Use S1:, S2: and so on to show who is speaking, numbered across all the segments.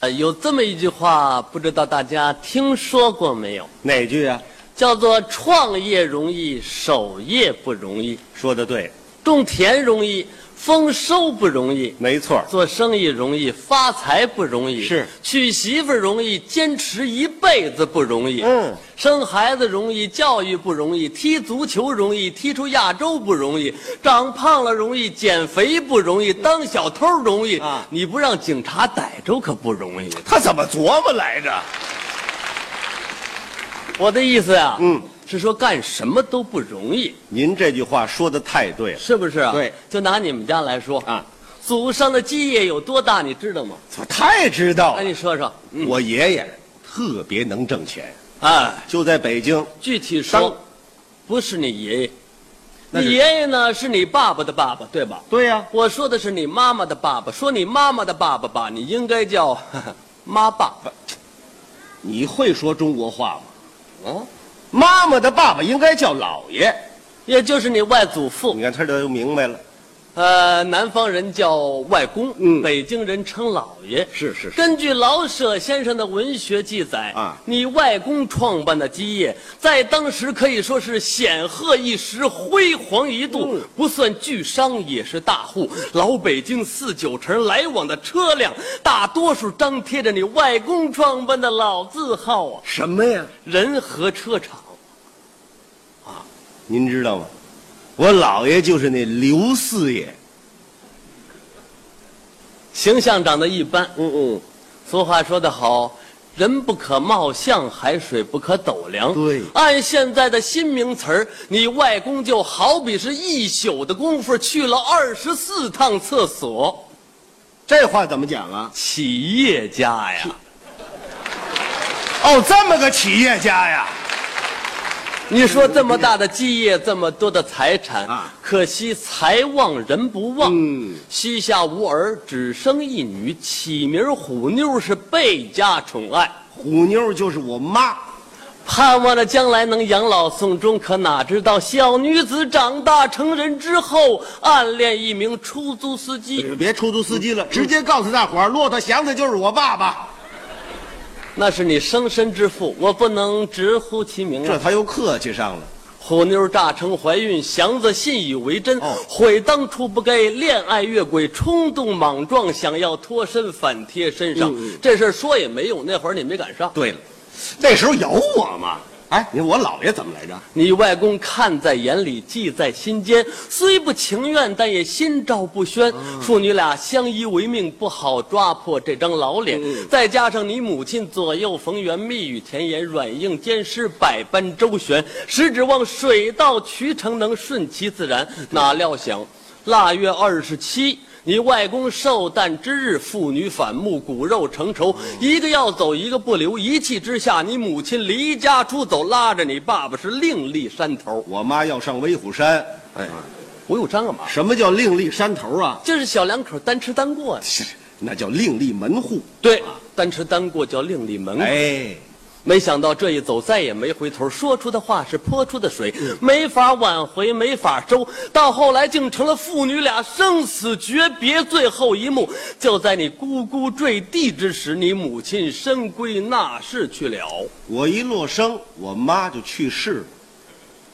S1: 呃，有这么一句话，不知道大家听说过没有？
S2: 哪句啊？
S1: 叫做“创业容易，守业不容易；
S2: 说的对，
S1: 种田容易，丰收不容易；
S2: 没错儿。
S1: 做生意容易，发财不容易；
S2: 是
S1: 娶媳妇儿容易，坚持一辈子不容易；
S2: 嗯，
S1: 生孩子容易，教育不容易；踢足球容易，踢出亚洲不容易；长胖了容易，减肥不容易；当小偷容易，
S2: 啊
S1: 你不让警察逮着可不容易。
S2: 他怎么琢磨来着？
S1: 我的意思啊，
S2: 嗯，
S1: 是说干什么都不容易，
S2: 您这句话说的太对了
S1: 是不是啊？
S2: 对，
S1: 就拿你们家来说
S2: 啊，
S1: 祖上的基业有多大，你知道吗？
S2: 我太知道
S1: 哎，
S2: 了。
S1: 你说说，
S2: 我爷爷特别能挣钱，
S1: 哎，
S2: 就在北京。
S1: 具体
S2: 当
S1: 说，不是你爷爷，
S2: 那
S1: 你
S2: 是
S1: 爷爷呢是你爸爸的爸爸，对吧？
S2: 对呀、
S1: 我说的是你妈妈的爸爸，说你妈妈的爸爸吧，你应该叫 呵呵妈爸。
S2: 你会说中国话吗？哦
S1: 嗯，
S2: 妈妈的爸爸应该叫姥爷。
S1: 也就是你外祖父
S2: 你，看他这就明白了。
S1: 呃，南方人叫外公，
S2: 嗯
S1: 北京人称老爷，
S2: 是是是
S1: 根据老舍先生的文学记载
S2: 啊
S1: 你外公创办的基业，在当时可以说是显赫一时，辉煌一度，
S2: 嗯
S1: 不算巨商也是大户。老北京四九城来往的车辆，大多数张贴着你外公创办的老字号啊，
S2: 什么呀？
S1: 人和车厂。
S2: 您知道吗？我姥爷就是那刘四爷。
S1: 形象长得一般，
S2: 嗯嗯，
S1: 俗话说得好，人不可貌相，海水不可斗量。
S2: 对
S1: 按现在的新名词儿，你外公就好比是一宿的功夫去了二十四趟厕所，
S2: 这话怎么讲啊？
S1: 企业家呀。
S2: 哦，这么个企业家呀。
S1: 你说这么大的基业，这么多的财产
S2: 啊
S1: 可惜财旺人不旺。
S2: 嗯
S1: 膝下无儿，只生一女，起名虎妞，是倍加宠爱。
S2: 虎妞就是我妈。
S1: 盼望着将来能养老送终，可哪知道小女子长大成人之后，暗恋一名出租司机，
S2: 别出租司机了，直接告诉大伙儿，骆驼祥子就是我爸爸。
S1: 那是你生身之父，我不能直呼其名
S2: 这
S1: 啊。
S2: 他又客气上了。
S1: 虎妞炸成怀孕，祥子信以为真，
S2: 哦
S1: 悔当初不该恋爱越轨，冲动莽撞，想要脱身反贴身上。这事儿说也没用，那会儿你没赶上。
S2: 嗯对了，那时候有我吗？哎，你我姥爷怎么来着？
S1: 你外公看在眼里，记在心间，虽不情愿，但也心照不宣。父女俩相依为命，不好抓破这张老脸。再加上你母亲左右逢源，蜜语甜言，软硬兼施，百般周旋，实指望水到渠成，能顺其自然。哪料想，腊月二十七。你外公寿诞之日，父女反目，骨肉成仇，一个要走，一个不留。一气之下，你母亲离家出走，拉着你爸爸是另立山头。
S2: 我妈要上威虎山。哎，
S1: 我有章干嘛？
S2: 什么叫另立山头啊？
S1: 就是小两口单吃单过呀、
S2: 是，那叫另立门户。
S1: 对，单吃单过叫另立门。
S2: 哎，
S1: 没想到这一走再也没回头，说出的话是泼出的水，没法挽回，没法收，到后来竟成了父女俩生死诀别最后一幕。就在你咕咕坠地之时，你母亲深闺纳室去了。
S2: 我一落生，我妈就去世了。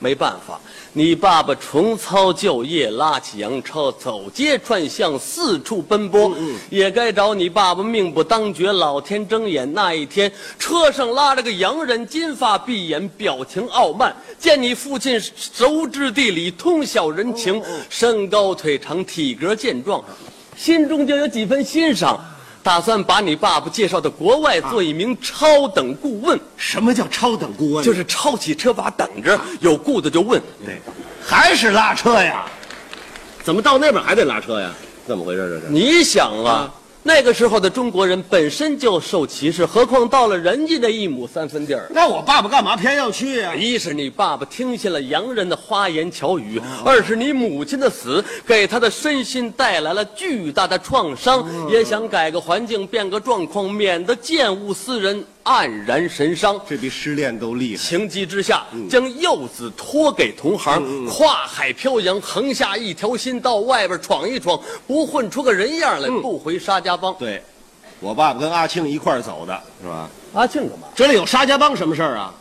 S1: 没办法，你爸爸重操旧业，拉起洋车，走街串巷，四处奔波，也该找你爸爸命不当绝，老天睁眼那一天，车上拉着个洋人，金发碧眼，表情傲慢，见你父亲熟知地理，通晓人情，身高腿长，体格健壮，心中就有几分欣赏，打算把你爸爸介绍到国外做一名超等顾问。
S2: 什么叫超等顾问？
S1: 就是抄起车把等着，有顾的就问，
S2: 对，还是拉车呀？怎么到那边还得拉车呀？怎么回事？这是？
S1: 你想啊，那个时候的中国人本身就受歧视，何况到了人家的一亩三分地儿。
S2: 那我爸爸干嘛偏要去呀、
S1: 一是你爸爸听信了洋人的花言巧语，二是你母亲的死给他的身心带来了巨大的创伤，也想改个环境，变个状况，免得见物思人，黯然神伤。
S2: 这比失恋都厉害。
S1: 情急之下，将幼子托给同行，跨海漂洋，横下嗯一条心，到外边闯一闯，不混出个人样来，不回沙家浜。
S2: 对，我爸爸跟阿庆一块儿走的，是吧？
S1: 阿庆干嘛？
S2: 这里有沙家浜什么事儿啊？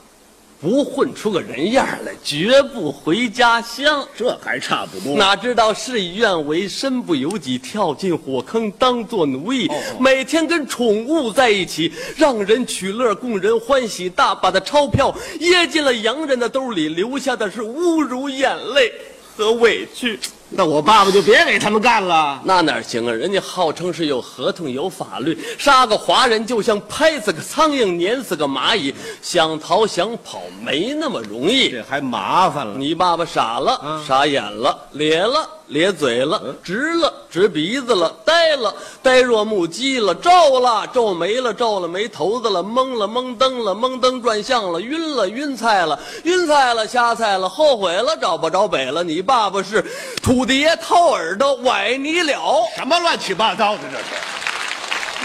S1: 不混出个人样来，绝不回家乡。
S2: 这还差不多
S1: 哪知道事与愿违，身不由己，跳进火坑，当做奴役，
S2: 哦哦
S1: 每天跟宠物在一起，让人取乐，供人欢喜，大把的钞票掖进了洋人的兜里，留下的是侮辱、眼泪和 委屈。
S2: 那我爸爸就别给他们干了。
S1: 那哪行啊？人家号称是有合同有法律，杀个华人就像拍死个苍蝇，碾死个蚂蚁，想逃想跑没那么容易。
S2: 这还麻烦了。
S1: 你爸爸傻了，傻眼了，咧了，咧嘴了，直了，直鼻子了，呆了，呆若木鸡了，皱了，皱眉了，皱了眉头子了，懵了，懵登了，懵登转向了，晕了，晕菜了，晕菜了，瞎菜了，后悔了，找不着北了。你爸爸是土地爷掏耳朵崴你了，
S2: 什么乱七八糟的这是？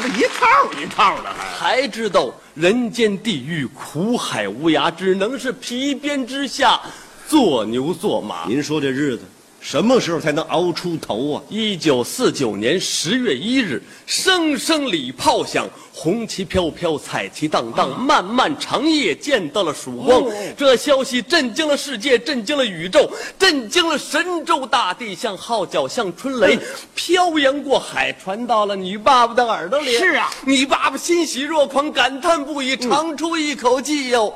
S2: 这一套一套的还。
S1: 才知道人间地狱苦海无涯，只能是皮鞭之下做牛做马。
S2: 您说这日子什么时候才能熬出头啊？
S1: 一九四九年十月一日，声声礼炮响，红旗飘飘，彩旗荡荡，漫漫长夜见到了曙光。
S2: 啊哦
S1: 这消息震惊了世界，震惊了宇宙，震惊了神州大地，像号角，像春
S2: 嗯
S1: 雷，飘扬过海，传到了你爸爸的耳朵里。
S2: 是啊，
S1: 你爸爸欣喜若狂，感叹不已，长出一口气哟。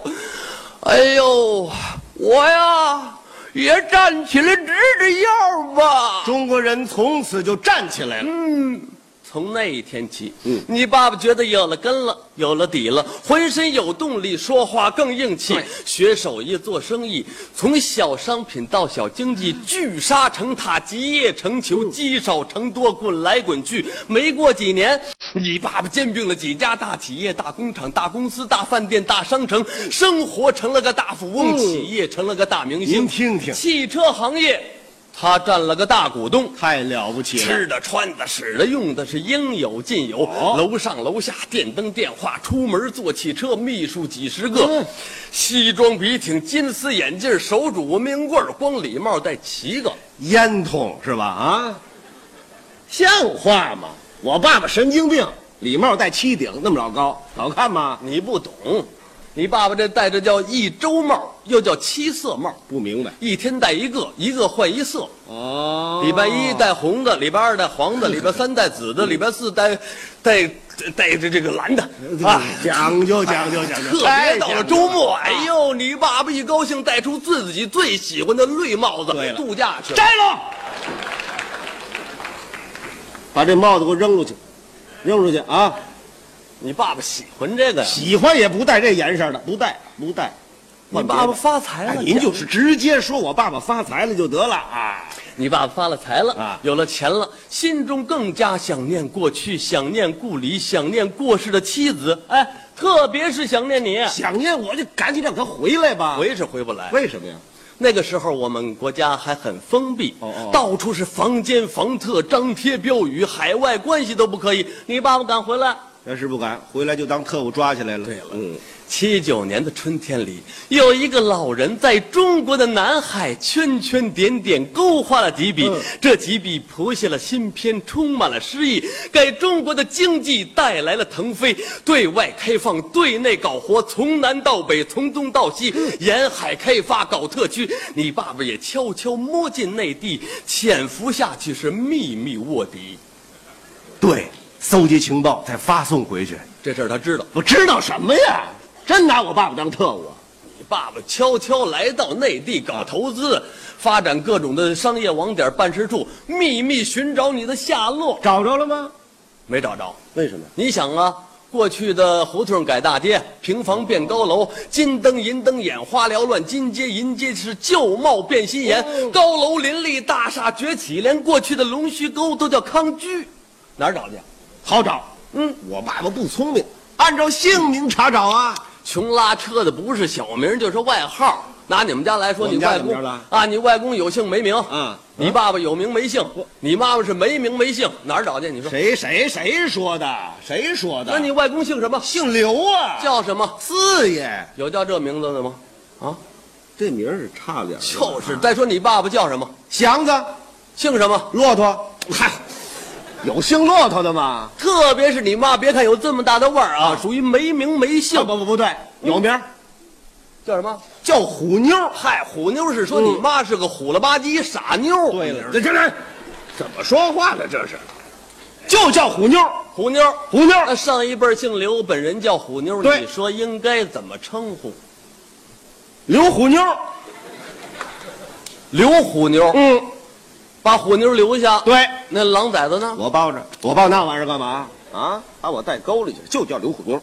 S1: 哎呦，我呀，也站起来直直腰吧。
S2: 中国人从此就站起来了。
S1: 从那一天起，
S2: 嗯
S1: 你爸爸觉得有了根了，有了底了，浑身有动力，说话更硬气
S2: 对，
S1: 学手艺，做生意，从小商品到小经济，聚沙成塔，集腋成裘，
S2: 嗯
S1: 积少成多，滚来滚去。没过几年，你爸爸兼并了几家大企业、大工厂、大公司、大饭店、大商城，生活成了个大富翁，企业成了个大明星。
S2: 嗯您听听
S1: 汽车行业，他占了个大股东。
S2: 太了不起了！
S1: 吃的、穿的、使的、用的是应有尽有，
S2: 哦
S1: 楼上楼下电灯电话，出门坐汽车，秘书几十个，
S2: 嗯
S1: 西装笔挺、金丝眼镜、手拄木棍儿光礼帽戴七个。
S2: 烟筒是吧？啊，像话吗？我爸爸神经病，礼帽戴七顶，那么老高，好看吗？
S1: 你不懂，你爸爸这戴着叫一周帽，又叫七色帽，
S2: 不明白。
S1: 一天戴一个，一个换一色。
S2: 哦
S1: 礼拜一戴红的，礼拜二戴黄的，礼拜三戴紫的，礼拜四戴戴戴着这个蓝的
S2: 嗯
S1: 啊。
S2: 哎讲究讲究讲究，
S1: 特别到了周末，
S2: 啊
S1: 哎呦，你爸爸一高兴，戴出自己最喜欢的绿帽子
S2: 对了
S1: 度假去了。
S2: 摘了，把这帽子给我扔出去，扔出去啊！
S1: 你爸爸喜欢这个呀？
S2: 喜欢也不戴这颜色的，不戴不戴。
S1: 你
S2: 换别的
S1: 爸爸发财
S2: 哎
S1: 了，
S2: 您就是直接说我爸爸发财了就得了啊！
S1: 你爸爸发了财了
S2: 啊
S1: 有了钱了，心中更加想念过去，想念故里，想念过世的妻子，哎，特别是想念你。
S2: 想念我就赶紧让他回来吧。
S1: 回是回不来，
S2: 为什么呀？
S1: 那个时候我们国家还很封闭，
S2: 哦哦
S1: 到处是房间房特，张贴标语，海外关系都不可以。你爸爸敢回来？
S2: 那是不敢回来就当特务抓起来了。对了，嗯，
S1: 七九年的春天里，有一个老人在中国的南海圈圈点点勾画了几笔，
S2: 嗯
S1: 这几笔谱写了新篇，充满了诗意，给中国的经济带来了腾飞。对外开放，对内搞活，从南到北，从东到西，沿海开发，搞特区。你爸爸也悄悄摸进内地，潜伏下去是秘密卧底。
S2: 对，搜集情报再发送回去。
S1: 这事儿他知道。
S2: 我知道什么呀？真拿我爸爸当特务啊？
S1: 爸爸悄悄来到内地搞投资，发展各种的商业网点、办事处，秘密寻找你的下落，
S2: 找着了吗？
S1: 没找着。
S2: 为什么？
S1: 你想啊，过去的胡同改大街，平房变高楼，金灯银灯眼花缭乱，金街银街是旧貌变新颜，
S2: 哦
S1: 高楼林立，大厦崛起，连过去的龙须沟都叫康居，哪儿找去？
S2: 好找。嗯，我爸爸不聪明，按照姓名查找啊。
S1: 穷拉车的不是小名就是外号。拿你们家来说，
S2: 我
S1: 你
S2: 们家
S1: 外
S2: 怎么
S1: 公
S2: 着了
S1: 啊，你外公有姓没名，
S2: 嗯
S1: 你爸爸有名没姓，你妈妈是没名没姓，哪儿找去？你说，
S2: 谁谁谁说的？谁说的？
S1: 那你外公姓什么？
S2: 姓刘啊？
S1: 叫什么？
S2: 四爷。
S1: 有叫这名字的吗？啊，
S2: 这名儿是差点儿。
S1: 就是。再说你爸爸叫什么？
S2: 祥子，
S1: 姓什么？
S2: 骆驼，嗨，有姓骆驼的吗？
S1: 特别是你妈，别看有这么大的腕儿啊，属于没名没姓
S2: 啊，不不不对，有名儿
S1: 叫什么？
S2: 叫虎妞儿。
S1: 嗨，虎妞是
S2: 嗯
S1: 说你妈是个虎了吧唧傻妞。
S2: 这这这，怎么说话呢？这是，就叫虎妞儿，呃
S1: 虎妞，
S2: 虎妞
S1: 那
S2: 儿，
S1: 上一辈儿姓刘，本人叫虎妞，
S2: 对
S1: 你说应该怎么称呼？
S2: 刘虎妞儿。
S1: 刘虎妞，
S2: 嗯，
S1: 把虎妞留下。
S2: 对，
S1: 那狼崽子呢？
S2: 我抱着，我抱那玩意儿干嘛啊？把我带沟里去，就叫刘虎妞儿。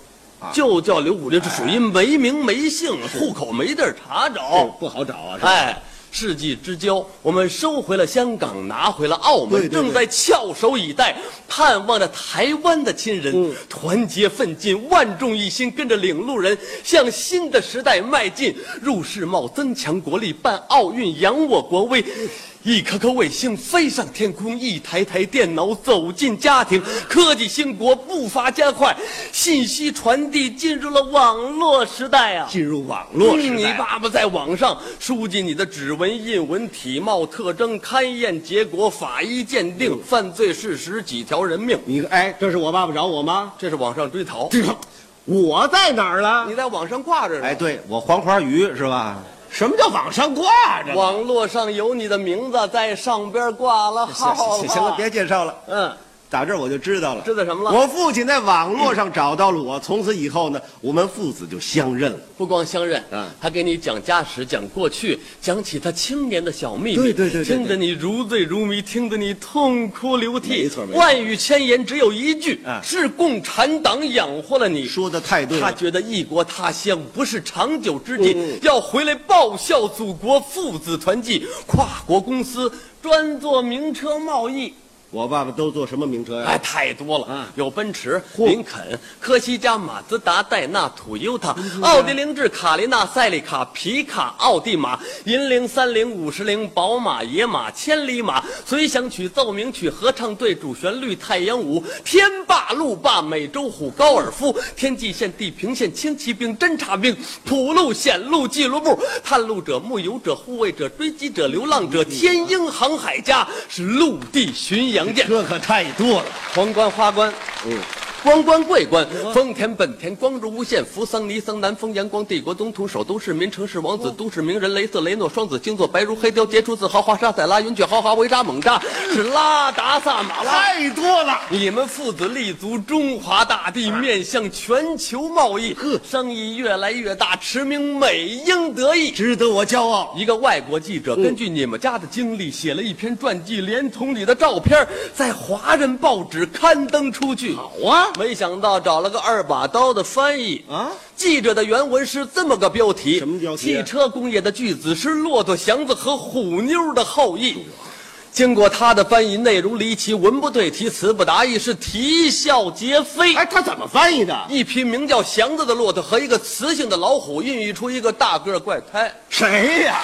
S1: 就叫刘虎妞，这属于没名没姓，户口没地儿查
S2: 哦
S1: 找。，
S2: 不好找啊。是吧
S1: 哎，世纪之交，我们收回了香港，拿回了澳门，
S2: 对对对
S1: 正在翘首以待，盼望着台湾的亲人、
S2: 嗯
S1: 团结奋进，万众一心，跟着领路人向新的时代迈进。入世贸增强国力，办奥运扬我国威。一颗颗卫星飞上天空，一台台电脑走进家庭，科技兴国步伐加快，信息传递进入了网络时代啊！
S2: 进入网络时代，
S1: 嗯你爸爸在网上输进你的指纹、印文、体貌特征，勘验结果，法医鉴
S2: 嗯
S1: 定，犯罪事实，几条人命。
S2: 你哎，这是我爸爸找我吗？
S1: 这是网上追逃，
S2: 这个我在哪儿了？
S1: 你在网上挂着呢。
S2: 哎，对我黄花鱼是吧？什么叫往上挂着呢？
S1: 网络上有你的名字，在上边挂了
S2: 行
S1: 号
S2: 行行了，别介绍了，
S1: 嗯，
S2: 打这儿我就知道了。
S1: 知道什么了
S2: 我父亲在网络上找到了我，从此以后呢，我们父子就相认了。
S1: 不光相认，
S2: 嗯
S1: 他给你讲家史，讲过去，讲起他青年的小秘密，
S2: 对对对对对
S1: 听得你如醉如迷，听得你痛哭流涕，
S2: 没错没错
S1: 万语千言只有一句，
S2: 嗯
S1: 是共产党养活了你，
S2: 说的太对
S1: 他
S2: 了，
S1: 觉得异国他乡不是长久之计，要回来报效祖国，父子团聚，跨国公司专做名车贸易，
S2: 我爸爸都坐什么名车呀、
S1: 哎，太多了，
S2: 啊
S1: 有奔驰、
S2: 嚯
S1: 林肯、科西嘉、马自达、戴纳、土优塔、
S2: 啊
S1: 奥迪、凌志、卡琳娜、赛利卡、皮卡、奥地马、银铃、三菱、五十铃、宝马、野马、千里马、随想曲、奏鸣曲、合唱队、主旋律、太阳舞、天霸、路霸、美洲虎、高尔夫、天际线、地平线、轻骑兵、侦察兵、土路、显路、记录部、探路者、牧游者、护卫者、追击者、流浪者、
S2: 嗯
S1: 天鹰航海家，是陆地巡洋舰。
S2: 这可太多了。
S1: 皇冠、花冠，
S2: 嗯，
S1: 光冠、桂冠，丰田、本田、光荣、无限、扶桑、尼桑、南风、阳光、帝国、总统、首都、市民、城市、王子、都市名人、雷瑟、雷诺、双子星座、白如、黑雕、杰出、自豪、华沙、塞拉、云雀、豪华、维扎、猛扎，是拉达萨马拉。
S2: 太多了，
S1: 你们父子立足中华大地，面向全球贸易，生意越来越大，驰名美英德意。
S2: 值得我骄傲。
S1: 一个外国记者根据你们家的经历写了一篇传记，连同你的照片在华人报纸刊登出去。好
S2: 啊
S1: 没想到找了个二把刀的翻译
S2: 啊！
S1: 记者的原文是这么个标题：
S2: 什么标题啊
S1: 汽车工业的巨子是骆驼祥子和虎妞的后
S2: 哎
S1: 裔。经过他的翻译，内容离奇，文不对题，词不达意，是啼笑皆非。
S2: 哎，他怎么翻译的？
S1: 一匹名叫祥子的骆驼和一个雌性的老虎，孕育出一个大个儿怪胎。
S2: 谁呀、